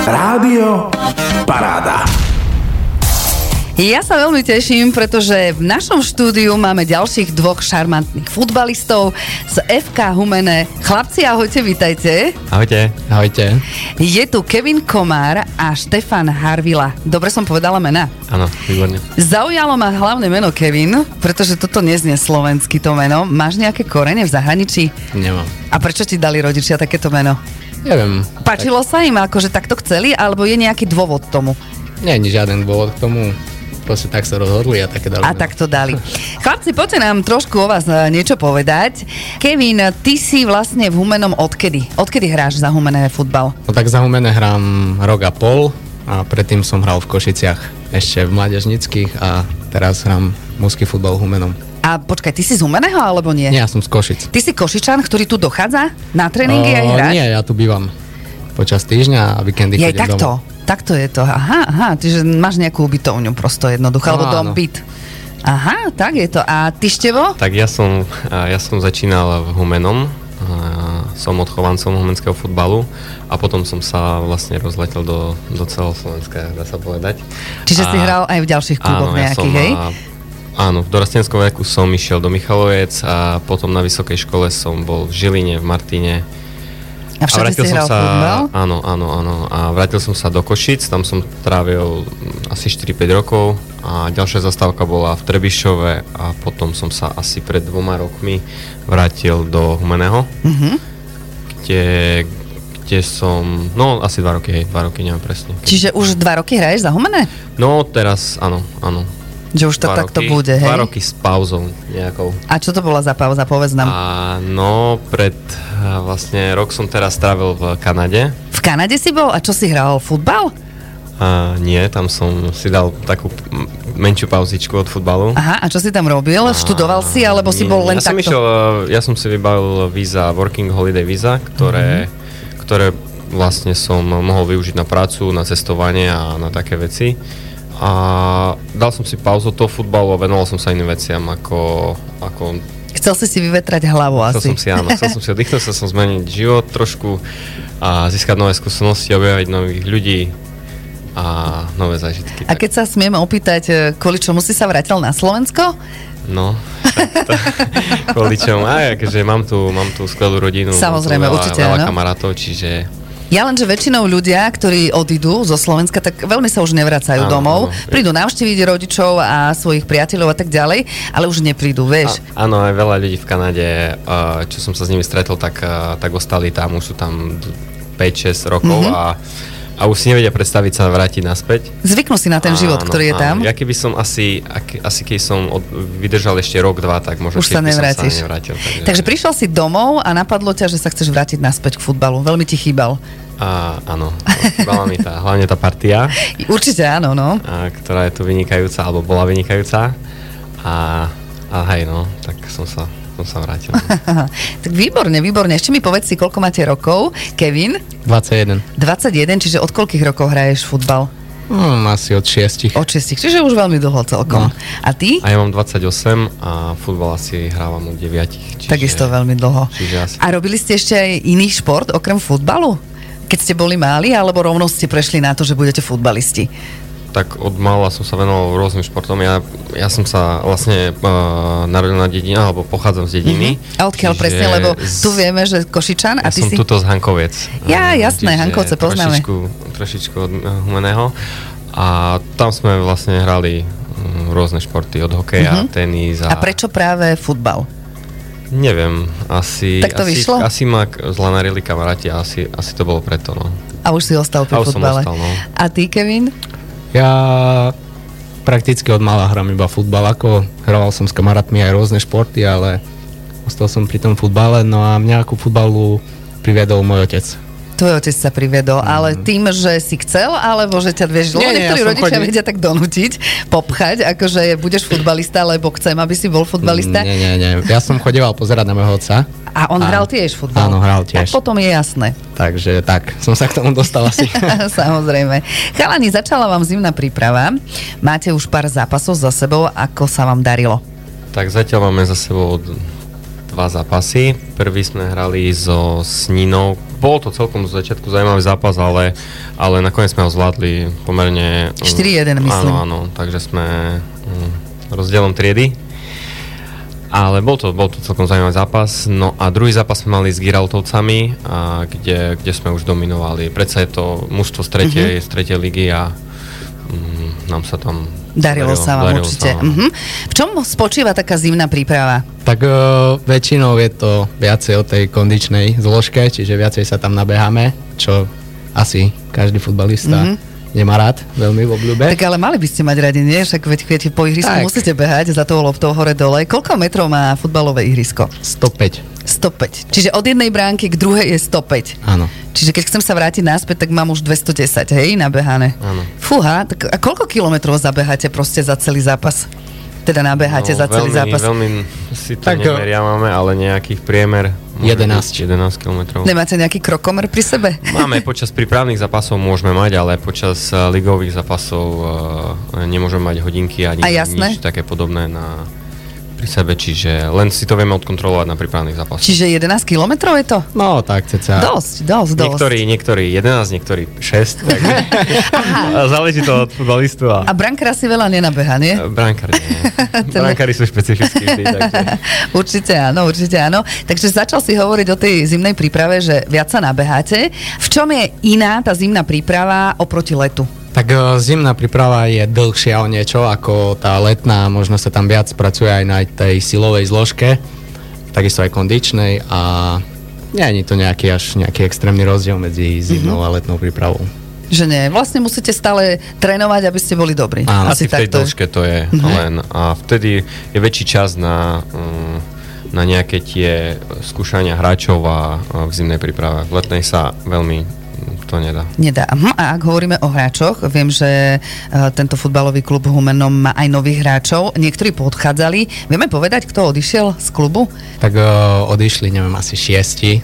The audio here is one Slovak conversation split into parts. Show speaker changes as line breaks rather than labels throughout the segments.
Rádio Paráda.
Ja sa veľmi teším, pretože v našom štúdiu máme ďalších dvoch šarmantných futbalistov z FK Humene. Chlapci, ahojte, vitajte.
Ahojte.
Ahojte.
Je tu Kevin Komár a Štefan Harvila. Dobre som povedala mena.
Áno, výborne.
Zaujalo ma hlavne meno Kevin, pretože toto neznie slovensky to meno. Máš nejaké korene v zahraničí?
Nemám.
A prečo ti dali rodičia takéto meno?
Neviem.
Páčilo sa im, akože takto chceli, alebo je nejaký dôvod tomu?
Nie je žiaden dôvod k tomu. Proste tak sa rozhodli a také dali.
A tak to dali. Chlapci, poďte nám trošku o vás e, niečo povedať. Kevin, ty si vlastne v Humenom odkedy? Odkedy hráš za Humené futbal?
No tak za Humene hrám rok a pol a predtým som hral v Košiciach ešte v mládežnických a teraz hrám mužský futbal Humenom.
A počkaj, ty si z Humeného alebo nie?
Nie, ja som z Košic.
Ty si Košičan, ktorý tu dochádza na tréningy aj
O,
hráš?
Nie, ja tu bývam počas týždňa a víkendy
Je aj
chodím
takto.
domov.
Takto je to. Aha, aha, čiže máš nejakú ubytovňu prosto jednoducho,
No,
alebo dom,
áno.
byt. Aha, tak je to. A ty, Števo?
Tak ja som, a ja som začínal v Humenom, a som odchovancom humenského futbalu a potom som sa vlastne rozletel do, do celého Slovenska, dá sa povedať.
Čiže si
A-
hral aj v ďalších kluboch
áno, ja som,
nejakých, hej?
a- Áno, v dorastenskom veku som išiel do Michalovec a potom na vysokej škole som bol v Žiline, v Martine.
A všade si hral
sa,
futbal?
Áno, áno, áno. A vrátil som sa do Košic, tam som trávil mm, asi 4-5 rokov a ďalšia zastávka bola v Trebišove a potom som sa asi pred dvoma rokmi vrátil do Humeného,
Mhm.
kde, kde som, no asi 2 roky, hej, 2 roky, neviem presne.
Čiže už dva roky hraješ za Humené?
No teraz, áno, áno.
Že už to
Dva
takto
roky,
bude, hej?
Dva roky s pauzou nejakou.
A čo to bola za pauza, povedz nám.
A no, pred a vlastne rok som teraz strávil v Kanade.
V Kanade si bol a čo si hral? Futbal?
A nie, tam som si dal takú m- menšiu pauzičku od futbalu.
Aha, a čo si tam robil? Študoval si alebo si
Nie,
bol len
ja som
takto?
Išiel, e, ja som si vybavil víza, working holiday víza,
Mhm.
ktoré, mm-hmm. ktoré vlastne som mohol využiť na prácu, na cestovanie a na také veci. A dal som si pauzu od toho futbalu a venoval som sa iným veciam ako, ako
Chcel si si vyvetrať hlavu
Chcel
asi.
som si, áno, chcel som si oddychnúť, chcel som zmeniť život trošku a získať nové skúsenosti, objaviť nových ľudí a nové zážitky.
A keď sa smiem opýtať, e, kvôli čomu si sa vrátil na Slovensko?
No, tak to, kvôli čomu. Aj, akože mám tu, mám tu skvelú rodinu. mám tu
Samozrejme,
veľa,
určite,
veľa
áno.
kamarátov, čiže
Ja len, že väčšinou ľudia, ktorí odídu zo Slovenska, tak veľmi sa už nevracajú
Áno,
domov.
áno.
Prídu navštíviť rodičov a svojich priateľov a tak ďalej, ale už neprídu, vieš.
A, áno, aj veľa ľudí v Kanade, a, čo som sa s nimi stretol, tak, a, tak ostali tam, už sú tam 5-6 rokov
Mhm.
mm-hmm. a, a už si nevedia predstaviť sa vrátiť naspäť.
Zvyknú si na ten život,
Áno,
ktorý je
áno.
tam.
Ja keby som asi, ak, asi keď som od, vydržal ešte rok, dva, tak možno
Už sa
tiež by som
nevrátiš.
sa nevrátil. Takže,
Takže prišiel si domov a napadlo ťa, že sa chceš vrátiť naspäť k futbalu. Veľmi ti chýbal.
a, áno, chvala mi tá, hlavne tá partia,
Určite áno, no.
a, ktorá je tu vynikajúca, alebo bola vynikajúca. A, a hej, no, tak som sa, som sa vrátil.
Aha, tak výborne, výborne. Ešte mi povedz si, koľko máte rokov. Kevin,
21.
21, čiže od koľkých rokov hraješ futbal?
Hm, asi od 6.
Od 6, čiže už veľmi dlho celkom.
No.
A ty?
A ja mám 28 a futbal asi hrávam od 9. Čiže,
Takisto veľmi dlho.
Čiže asi...
A robili ste ešte aj iný šport okrem futbalu? Keď ste boli máli, alebo rovno ste prešli na to, že budete futbalisti?
tak od mala som sa venoval rôznym športom. Ja, ja som sa vlastne uh, narodil na dedine, alebo pochádzam z dediny.
A
Mm-hmm.
Mhm. odkiaľ presne, lebo tu vieme, že Košičan a
Ja
ty si...
som tuto z Hankoviec.
Ja,
Áno,
jasné,
čiže
Hankovce poznáme.
Trošičku, trošičku od eh, humeného. A tam sme vlastne hrali mm, rôzne športy, od hokeja, mm-hmm. tenis
Mhm.
a...
A prečo práve futbal?
Neviem, asi...
Tak to
asi,
vyšlo?
Asi ma k- zlanarili kamaráti a asi, asi to bolo preto, no.
A už si ostal pri
A už som
futbale.
ostal, no.
A ty, Kevin?
Ja prakticky od mala hram iba futbal, ako hral som s kamarátmi aj rôzne športy, ale ostal som pri tom futbale, no a mňa ako futbalu priviedol môj otec.
Tvoj otec sa priviedol, ale tým, že si chcel, alebo že ťa vieš, lebo
Mhm. Nie, nie, ja
niektorí
som
rodičia
chodil-
vedia tak donútiť, popchať, akože budeš futbalista, lebo chcem, aby si bol futbalista.
Nie, nie, nie. Ja som chodeval pozerať na môjho otca,
A on
Áno.
hral tiež futbal.
Áno, hral tiež.
Tak potom je jasné,
takže tak, som sa k tomu dostal asi.
samozrejme. Chalani, začala vám zimná príprava. Máte už pár zápasov za sebou, ako sa vám darilo.
Tak zatiaľ máme za sebou od dva zápasy. Prvý sme hrali so Sninou. Bol to celkom z začiatku zaujímavý zápas, ale, ale nakoniec sme ho zvládli pomerne...
4:1 myslím.
Áno, áno, takže sme mm, rozdielom triedy. Ale bol to, bol to celkom zaujímavý zápas. No a druhý zápas sme mali s Giraltovcami, a kde, kde sme už dominovali. Predsa je to mužstvo z tretej,
Mhm.
mm-hmm. z tretej ligy a mm, nám sa tam...
Darilo sa vám určite.
áno.
Mhm. V čom spočíva taká zimná príprava?
Tak e, väčšinou je to viacej o tej kondičnej zložke, čiže viacej sa tam nabeháme, čo asi každý futbalista nemá rád, veľmi v obľúbe.
Tak ale mali by ste mať radi, nie? Však veď viete, po ihrisku
Eh? Tak.
musíte behať za tou loptou hore-dole. Koľko metrov má futbalové ihrisko?
105,
105. Čiže od jednej bránky k druhej je 105.
áno.
Čiže keď chcem sa vrátiť naspäť, tak mám už 210, hej, nabehané.
Áno.
Fúha, tak a koľko kilometrov zabeháte proste za celý zápas? Teda nabeháte za celý
No, veľmi,
zápas?
Veľmi si to
Tak,
tak, nemeriavame, ale nejakých priemer... môže
11.
byť 11 kilometrov.
Nemáte nejaký krokomer pri sebe?
Máme počas prípravných zápasov môžeme mať, ale počas eh, ligových zápasov eh, nemôžeme mať hodinky ani
A jasné.
nič také podobné na, pri sebe, čiže len si to vieme odkontrolovať na prípravných zápasoch.
Čiže 11 kilometrov je to?
No tak ceca.
Dosť, dosť, dosť.
Niektorí, niektorí 11, niektorí 6, tak A záleží to od futbalistu a,
A brankara si veľa nenabeha, nie?
a brankári nie. Brankári sú špecifickí vždy, takže...
Určite áno, určite áno. Takže začal si hovoriť o tej zimnej príprave, že viac sa nabeháte. V čom je iná tá zimná príprava oproti letu?
Tak e, zimná príprava je dlhšia o niečo ako tá letná, možno sa tam viac pracuje aj na tej silovej zložke, takisto aj kondičnej a nie je to nejaký až nejaký extrémny rozdiel medzi zimnou a letnou prípravou.
Že nie, vlastne musíte stále trénovať, aby ste boli dobrí.
Áno.
Asi v tej dĺžke to je len. A vtedy je väčší čas na, mm, na nejaké tie skúšania hráčov a a v zimnej príprave. V letnej sa veľmi mm, to nedá.
Nedá. Mhm. A ak hovoríme o hráčoch, viem, že e, tento futbalový klub Humenom má aj nových hráčov. Niektorí podchádzali. Vieme povedať, kto odišiel z klubu?
Mm.
Tak o, odišli, neviem, asi šiesti.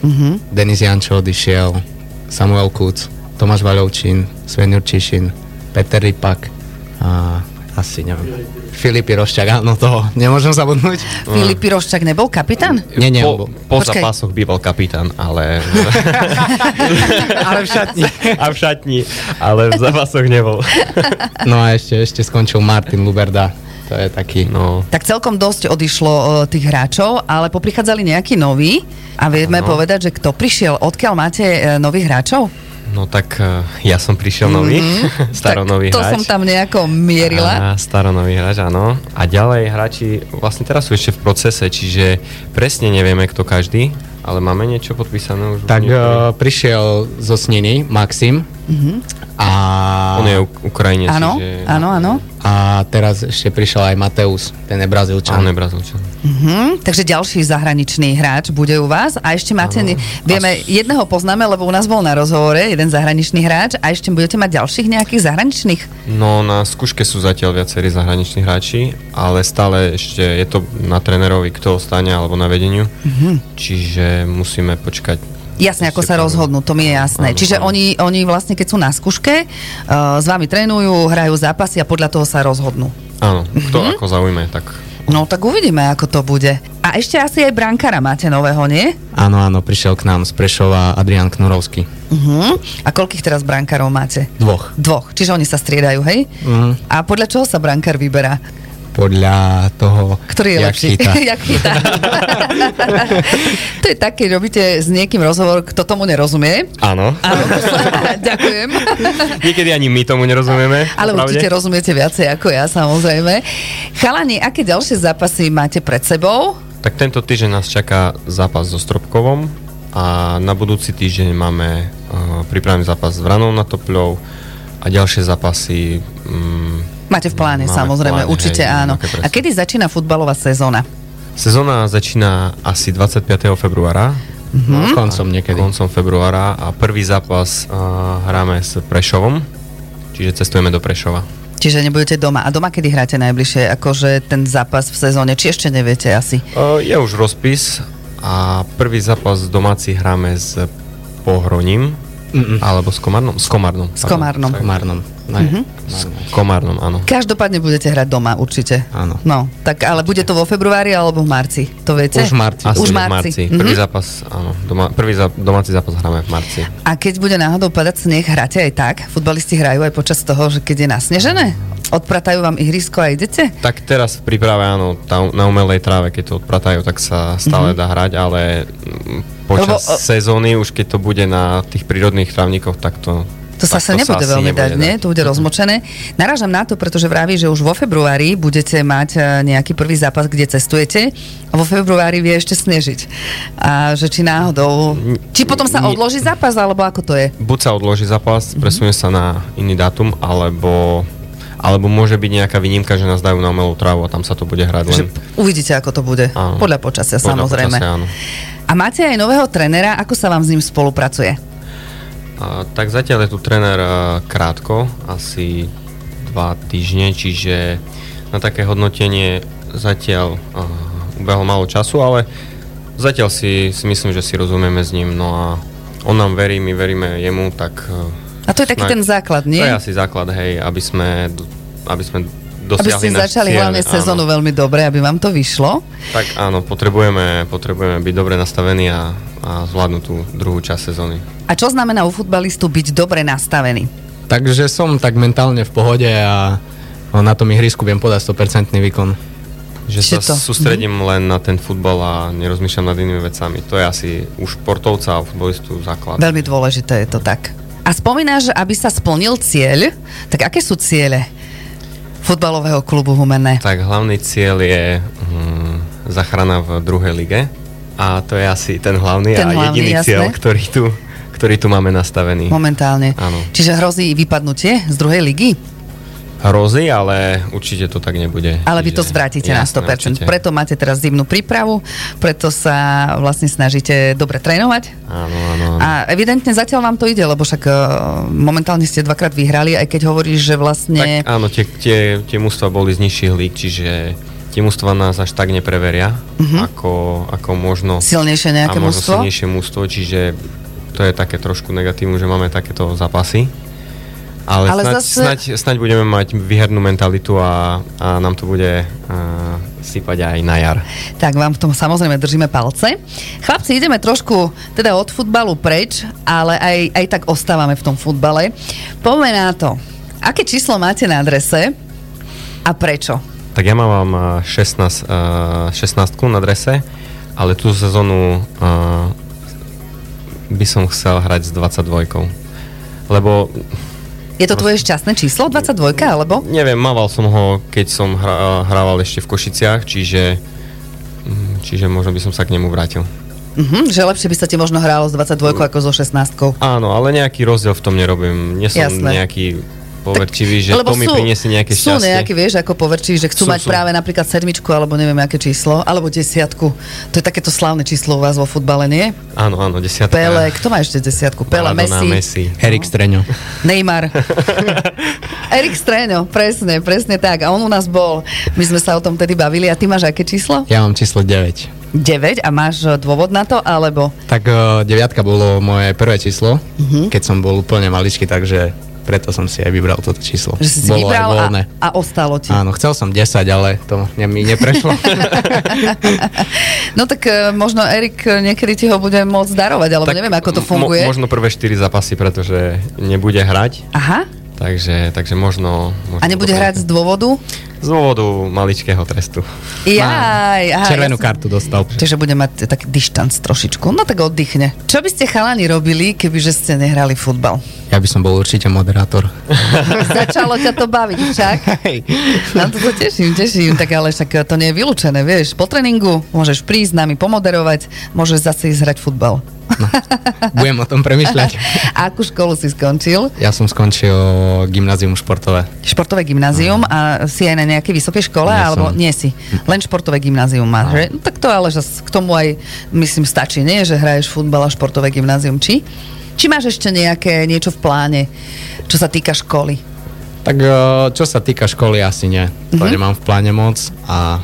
Denis Jančo odišiel, Samuel Kuc, Tomáš Vaľovčín, Sven Jurčišin, Peter Rypak a asi neviem. Filip Rošťák, áno toho, nemôžem zabudnúť.
Filip Piroščak nebol kapitán?
Nie, nie,
po,
on bol-
po
Počkaj.
zápasoch býval kapitán, ale...
Ale v šatni.
a v šatni, ale v zápasoch nebol.
No a ešte, ešte skončil Martin Luberda, to je taký.
No,
Tak celkom dosť odišlo e, tých hráčov, ale poprichádzali nejakí noví a vieme
Áno.
povedať, že kto prišiel, odkiaľ máte e, nových hráčov?
no tak eh, ja som prišiel nový, mm-hmm. staronový
Mhm. tak to
hráč.
som tam nejako mierila.
A staronový hráč, áno. A ďalej hráči vlastne teraz sú ešte v procese, čiže presne nevieme, kto každý, ale máme niečo podpísané už.
Tak
niektorí.
uh, prišiel zo Sniny, Maxim.
Mhm.
A,
On je Uk- Ukrajinec.
Áno,
čiže-
áno, áno.
a teraz ešte prišiel aj Mateus, ten je
A
Brazílčan.
on je Brazílčan.
Mhm, takže ďalší zahraničný hráč bude u vás a ešte máte, ne, vieme, jedného poznáme, lebo u nás bol na rozhovore jeden zahraničný hráč a ešte budete mať ďalších nejakých zahraničných.
No na skúške sú zatiaľ viacerí zahraniční hráči, ale stále ešte je to na trénerovi, kto ostane alebo na vedeniu. Čiže musíme počkať.
Mhm. Jasne, ako
Ešte
sa
pár-
rozhodnú, to mi je jasné.
Áno,
Čiže
áno.
oni, oni vlastne, keď sú na skúške, uh, s vami trénujú, hrajú zápasy a podľa toho sa rozhodnú.
Áno, kto
Mhm.
ako zaujme, tak
No tak uvidíme, ako to bude. A ešte asi aj brankára máte nového, nie?
Áno, áno, prišiel k nám z Prešova Adrian Knurovský.
Uh-huh. A koľkých teraz brankárov máte?
Dvoch.
Dvoch. Čiže oni sa striedajú, hej?
Mhm.
A podľa čoho sa brankár vyberá?
Podľa toho,
Ktorý je
jak
lepší?
Chytá.
Jak chytá. to je tak, keď robíte s niekým rozhovor, kto tomu nerozumie.
áno.
Áno, ďakujem.
Niekedy ani my tomu nerozumieme.
Ale
popravde.
určite rozumiete viacej ako ja, samozrejme. Chalani, aké ďalšie zápasy máte pred sebou?
Tak tento týždeň nás čaká zápas so Stropkovom a na budúci týždeň máme uh, pripravený zápas s Vranou na Topľou a ďalšie zápasy... Um,
Máte v pláne,
Máme v
samozrejme,
pláne,
určite
hej,
áno.
nejaké
A
presne.
kedy začína futbalová sezóna?
sezóna začína asi 25. februára.
Mhm.
No, koncom niekedy.
Koncom februára a prvý zápas uh, hráme s Prešovom, čiže cestujeme do Prešova.
Čiže nebudete doma. A doma kedy hráte najbližšie? Akože ten zápas v sezóne, či ešte neviete asi?
Uh, je už rozpis a prvý zápas domáci hráme s Pohroním Mm-mm. Alebo s Komarnom? S Komarnom.
S Komárnom.
Komárnom. Ne,
Mhm.
mm-hmm.
S Komárnom, áno.
Každopádne budete hrať doma, určite.
Áno.
No, tak ale bude to vo februári alebo v marci, to viete?
Už v marci.
Už
Asi
v marci. Mhm.
Prvý zápas, áno. Doma, prvý zá, domáci zápas hráme v marci.
A keď bude náhodou padať sneh, hráte aj tak? Futbalisti hrajú aj počas toho, že keď je nasnežené? Odpratajú vám ihrisko a idete?
Tak teraz v príprave, áno, tá, na umelej tráve, keď to odpratajú, tak sa stále dá hrať, ale mm, počas
Mhm. Lebo,
Lebo,
o-
sezóny, už keď to bude na tých prírodných trávnikoch, tak to...
To sa sa
tak
nebude
asi
veľmi dať, nie?
dať.
To bude rozmočené. Narážam na to, pretože vraví, že už vo februári budete mať e, nejaký prvý zápas, kde cestujete a vo februári vie ešte snežiť. A že či náhodou... Či potom sa
nie.
odloží zápas, alebo ako to je?
Buď sa odloží zápas,
Mhm.
presunie sa na iný dátum, alebo, alebo môže byť nejaká výnimka, že nás dajú na umelú trávu a tam sa to bude hrať
Že
len...
uvidíte, ako to bude.
Áno.
Podľa počasia,
Podľa
samozrejme.
počasia, áno.
A máte aj nového trénera, ako sa vám s ním spolupracuje?
A, tak zatiaľ je tu tréner a, krátko, asi dva týždne, čiže na také hodnotenie zatiaľ a, ubehlo málo času, ale zatiaľ si, si myslím, že si rozumieme s ním, no a on nám verí, my veríme jemu, tak...
A to je taký
snak-
ten základ, nie?
No, To je asi základ, hej, aby sme, d- aby sme
Aby
dosiahli
ste
náš
začali
cieľ,
hlavne
áno.
sezónu veľmi dobre, aby vám to vyšlo.
Tak áno, potrebujeme, potrebujeme byť dobre nastavení a, a zvládnuť tú druhú časť sezóny.
A čo znamená u futbalistu byť dobre nastavený?
Takže som tak mentálne v pohode a no, na tom ihrisku viem podať 100% výkon.
Že
Čiže to.
sa
Mhm.
sústredím len na ten futbal a nerozmýšľam nad inými vecami. To je asi u športovca a futbolistu základ.
Veľmi dôležité je to tak. A spomínaš, že aby sa splnil cieľ, tak aké sú ciele futbalového klubu Humenné?
Tak hlavný cieľ je hm, zachrana v druhej lige a to je asi ten hlavný
Ten hlavný,
a
jasné.
jediný cieľ, ktorý tu, ktorý tu máme nastavený.
Momentálne.
Áno.
Čiže hrozí vypadnutie z druhej ligy,
Hrozí, ale určite to tak nebude.
ale vy to
Čiže-
zvrátite na 100%.
určite.
Preto máte teraz zimnú prípravu, preto sa vlastne snažíte dobre trénovať,
Áno, áno, áno.
A evidentne zatiaľ vám to ide, lebo však eh, momentálne ste dvakrát vyhrali, aj keď hovoríš, že vlastne...
Tak áno, tie, tie, tie mústva boli z nižších lík, čiže tie mústva nás až tak nepreveria,
Mhm.
ako, ako možno...
Silnejšie nejaké
a možno
mužstvo?
silnejšie mústvo, čiže to je také trošku negatívum, že máme takéto zápasy. Ale,
Ale
ale snaď,
zase-
zase... snaď, snaď budeme mať výhernú mentalitu a, a nám to bude uh, sypať aj na jar.
Tak vám v tom samozrejme držíme palce. Chlapci, ideme trošku teda od futbalu preč, ale aj, aj tak ostávame v tom futbale. Poďme na to. Aké číslo máte na adrese a prečo?
Tak ja mám eh, 16, eh, 16 na drese, ale tú sezónu eh, by som chcel hrať s 22. Lebo
Je to tvoje šťastné číslo? 22 alebo?
neviem, mával som ho, keď som hra, hrával ešte v Košiciach, čiže, mm, čiže možno by som sa k nemu vrátil.
Mhm, že lepšie by sa ti možno hrálo s 22 ako so 16.
Áno, ale nejaký rozdiel v tom nerobím. Nie som
Jasné.
Jasné. nejaký poverčivý, že
Lebo
to mi priniesie nejaké
sú
šťastie.
nejaké, vieš, ako poverčí, že chcú
Sú,
mať
sú.
práve napríklad sedmičku, alebo neviem, aké číslo, alebo desiatku. To je takéto slávne číslo u vás vo futbale, nie?
Áno, áno, desiatka.
Pele, kto má ešte desiatku? Pele,
Maradona,
Messi,
Messi.
Erik
No.
Streňo.
Neymar. Erik Streňo, presne, presne tak. A on u nás bol. My sme sa o tom tedy bavili. A ty máš aké číslo?
Ja mám číslo 9.
9 a máš e, dôvod na to, alebo...
Tak eh, deviatka bolo moje prvé číslo,
Mhm.
keď som bol úplne maličký, takže preto som si aj vybral toto číslo.
Že si si
bolo
vybral
aj
a,
voľné.
a ostalo ti.
Áno, chcel som 10, ale to ne- mi neprešlo.
No tak e, možno Erik e, niekedy ti ho bude môcť darovať, alebo neviem, ako to
mo-
funguje.
možno prvé 4 zápasy, pretože nebude hrať,
Aha.
takže, takže možno, možno...
A nebude
to-
hrať z dôvodu?
Z dôvodu maličkého trestu.
Jaj, aha,
Červenú
ja som-
kartu dostal.
Čiže bude mať taký dištanc trošičku. No tak oddychne. Čo by ste chalani robili, kebyže ste nehrali futbal?
Ja by som bol určite moderátor.
Začalo ťa to baviť však. Na to sa teším, teším. Tak ale však to nie je vylúčené, vieš. Po tréningu môžeš prísť s nami pomoderovať, môžeš zase ísť hrať futbal.
Budem o tom premyšľať.
A akú školu si skončil?
Ja som skončil gymnázium športové.
Športové gymnázium a si aj na nejakej vysokej škole,
Nie
alebo
som.
nie si. Len športové gymnázium máš, že? No, tak to ale že k tomu aj, myslím, stačí, nie? Že hraješ futbal a športové gymnázium. Či? Či máš ešte nejaké niečo v pláne, čo sa týka školy?
Tak eh, čo sa týka školy, asi nie. To
Mhm.
nemám v pláne moc a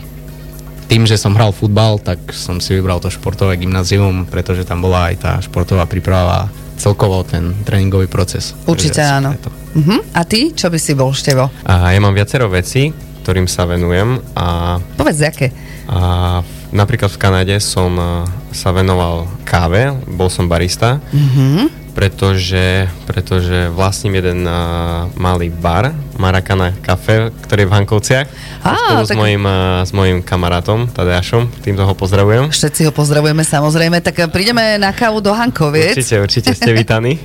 tým, že som hral futbal, tak som si vybral to športové gymnázium, pretože tam bola aj tá športová príprava. celkovo ten tréningový proces.
Určite
Takže asi
áno.
preto.
Uh-huh. A ty, čo by si bol, Števo?
A ja mám viacero vecí, ktorým sa venujem a,
Povedz, aké?
a v- napríklad v Kanade som a, sa venoval káve, bol som barista,
Mhm.
mm-hmm. pretože, pretože vlastním jeden a, malý bar, Marakana Cafe, ktorý je v Hankovciach,
Á,
spolu s,
tak-
mojim, a, s mojim kamarátom Tadeášom, týmto ho pozdravujem.
Všetci ho pozdravujeme samozrejme, tak eh, prídeme na kávu do Hankoviec.
Určite, určite ste vítaní.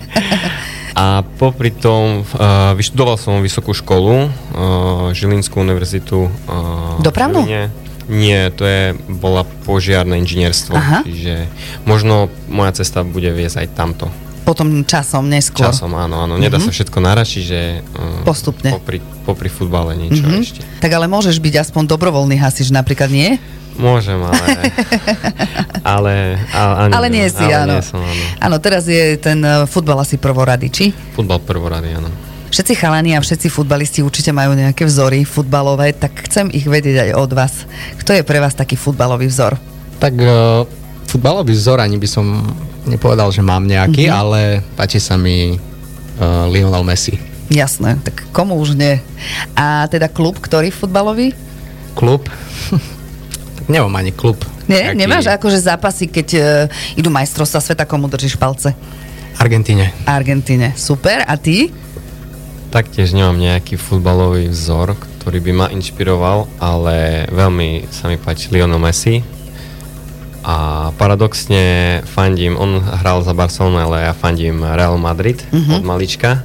A popri tom uh, vyštudoval som vysokú školu, uh, Žilinskú univerzitu. Uh,
Dopravnú?
Nie, to je, bola požiarne inžinierstvo,
Aha.
čiže možno moja cesta bude viesť aj tamto.
Potom časom, neskôr.
Časom, áno, áno. Nedá sa všetko naračiť, že... Uh,
Mhm. Postupne. Mhm.
Popri, popri futbale niečo ešte.
Tak ale môžeš byť aspoň dobrovoľný hasič napríklad, nie?
Môžem, ale... ale, ale, ale,
ale nie si,
ale
áno.
Nie som, áno.
áno, teraz je ten eh, futbal asi prvorady, či?
Futbal prvorady, áno.
Všetci chalani a všetci futbalisti určite majú nejaké vzory futbalové, tak chcem ich vedieť aj od vás. Kto je pre vás taký futbalový vzor?
Tak uh, futbalový vzor ani by som nepovedal, že mám
Mhm.
nejaký, mm-hmm. ale páči sa mi uh, Lionel Messi.
Jasné, tak komu už nie. A teda klub, ktorý futbalový?
Klub? tak nemám ani klub.
Nie,
Taký-
nemáš akože zápasy, keď uh, idú majstrovstvá sveta, komu držíš palce?
Argentíne.
Argentíne, super. A ty?
Taktiež nemám nejaký futbalový vzor, ktorý by ma inšpiroval, ale veľmi sa mi páči Lionel Messi. A paradoxne fandím, on hral za Barcelonu, ale ja fandím Real Madrid od malička.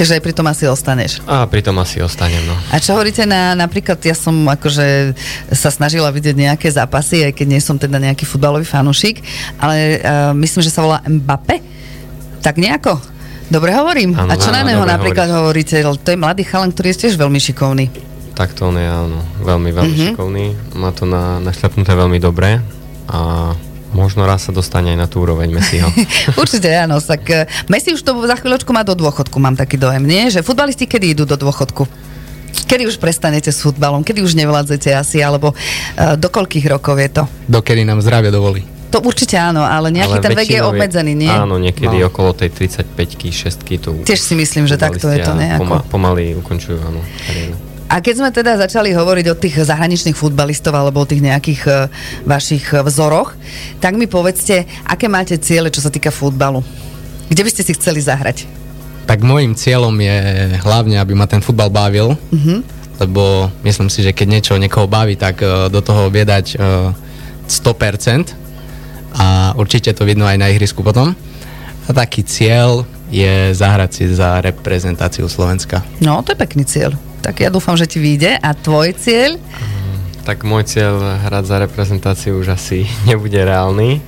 Takže aj pri tom asi ostaneš.
A pritom asi ostanem, no.
A čo hovoríte na, napríklad, ja som akože sa snažila vidieť nejaké zápasy, aj keď nie som teda nejaký futbalový fanúšik, ale uh, myslím, že sa volá Mbappe. Tak nejako. Dobre hovorím. a
Áno,
čo na
áno,
neho
dobre
napríklad hovoríte? Lebo To je mladý chalan, ktorý je tiež veľmi šikovný.
Tak to on je, áno, veľmi, veľmi šikovný. Má to na, našľapnuté veľmi dobre a možno raz sa dostane aj na tú úroveň Messiho.
Určite áno, tak eh, Messi už to za chvíľočku má do dôchodku, mám taký dojem, nie? Že futbalisti kedy idú do dôchodku? Kedy už prestanete s futbalom? Kedy už nevládzete asi? Alebo eh, do koľkých rokov je to?
Dokedy nám zdravie dovolí.
To určite áno, ale nejaký
Ale
ten vek je
väčšinou
obmedzený, nie?
Áno, niekedy
No.
okolo tej 35-ky, 6-ky tu.
Tiež si myslím, že takto je to
futbalisti a
nejako.
Poma, pomaly ukončujú, áno. kariéru.
A keď sme teda začali hovoriť o tých zahraničných futbalistov alebo o tých nejakých eh, vašich eh, vzoroch, tak mi povedzte, aké máte ciele, čo sa týka futbalu? Kde by ste si chceli zahrať?
Tak môjim cieľom je hlavne, aby ma ten futbal bavil, mm-hmm. lebo myslím si, že keď niečo niekoho baví, tak eh, do toho vie dať eh, 100% a určite to vidno aj na ihrisku potom. A taký cieľ je zahrať si za reprezentáciu Slovenska.
No, to je pekný cieľ. Tak ja dúfam, že ti vyjde. A tvoj cieľ?
Tak môj cieľ hrať za reprezentáciu už asi nebude reálny,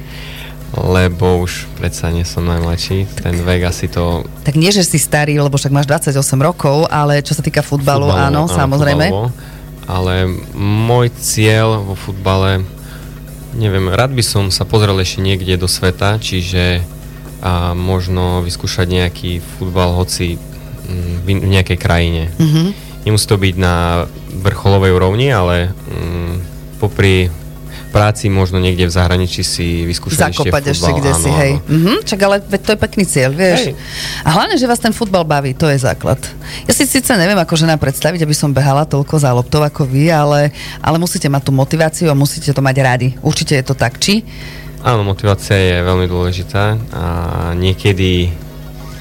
lebo už predsa nie som najmladší. Ten vek asi to...
Tak nie, že si starý, lebo však máš 28 rokov, ale čo sa týka futbalu,
futbalovo-
áno, samozrejme.
futbalovo. Ale môj cieľ vo futbale, neviem, rád by som sa pozrel ešte niekde do sveta, čiže a možno vyskúšať nejaký futbal, hoci mm, v in- v nejakej krajine.
Mhm.
Nemusí to byť na vrcholovej úrovni, ale mm, popri práci možno niekde v zahraničí si vyskúšať
Zakopať
ešte
ešte
futbal.
kde
áno,
si, hej.
áno.
Mhm, čak ale veď to je pekný cieľ, vieš.
Hej.
A hlavne, že vás ten futbal baví, to je základ. Ja si síce neviem ako žena predstaviť, aby som behala toľko za loptov ako vy, ale, ale musíte mať tú motiváciu a musíte to mať radi. Určite je to tak, či?
Áno, motivácia je veľmi dôležitá a niekedy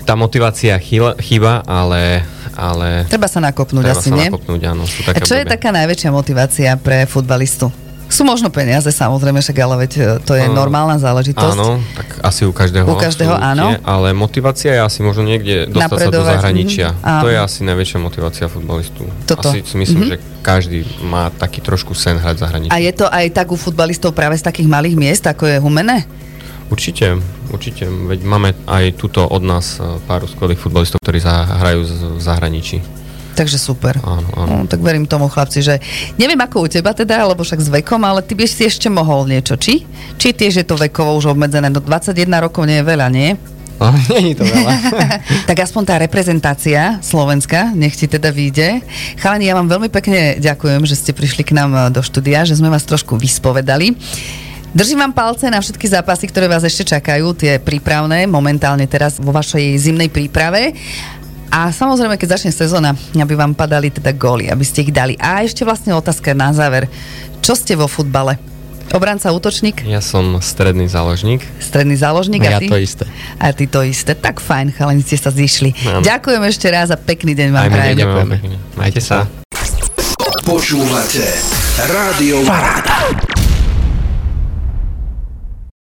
tá motivácia chýla- chýba, ale, ale
Treba sa nakopnúť
treba
asi,
sa
nie?
nakopnúť, áno. Sú
A
také
čo je
obdobia.
taká najväčšia motivácia pre futbalistu? Sú možno peniaze, samozrejme, však ale veď e, to je
Áno.
normálna záležitosť.
Áno, tak asi u každého.
U každého,
absolútne, Ale motivácia je asi možno niekde dostať sa do
Napredovať,
zahraničia.
mhm, áno.
To je asi najväčšia motivácia futbalistu.
Toto. Mhm.
Asi si myslím, že každý má taký trošku sen hrať v zahraničí.
A je to aj tak u futbalistov práve z takých malých miest, ako je Humene?
Určite, určite. Veď máme aj tuto od nás e, pár skvelých futbalistov, ktorí zahrajú z- v zahraničí.
Takže super.
Áno,
No,
áno.
tak verím tomu, chlapci, že neviem ako u teba teda, alebo však s vekom, ale ty by si ešte mohol niečo, či? Či tiež je to vekovo už obmedzené? No 21 rokov nie je veľa, nie?
No, nie je to veľa.
tak aspoň tá reprezentácia Slovenska, nech ti teda vyjde. Chalani, ja vám veľmi pekne ďakujem, že ste prišli k nám eh, do štúdia, že sme vás trošku vyspovedali. Držím vám palce na všetky zápasy, ktoré vás ešte čakajú, tie prípravné, momentálne teraz vo vašej zimnej príprave. A samozrejme, keď začne sezóna, aby vám padali teda góly, aby ste ich dali. A ešte vlastne otázka na záver. Čo ste vo futbale? Obranca, útočník,
Ja som stredný záložník.
stredný záložník a
Ja
ty?
to isté.
A ty to isté. Tak fajn, chalani, ste sa zišli.
Áno.
Ďakujem ešte raz a pekný deň vám
Aj my
prajem.
ďakujeme
ďakujeme.
pekne. Majte sa.
Počúvate Rádio Paráda.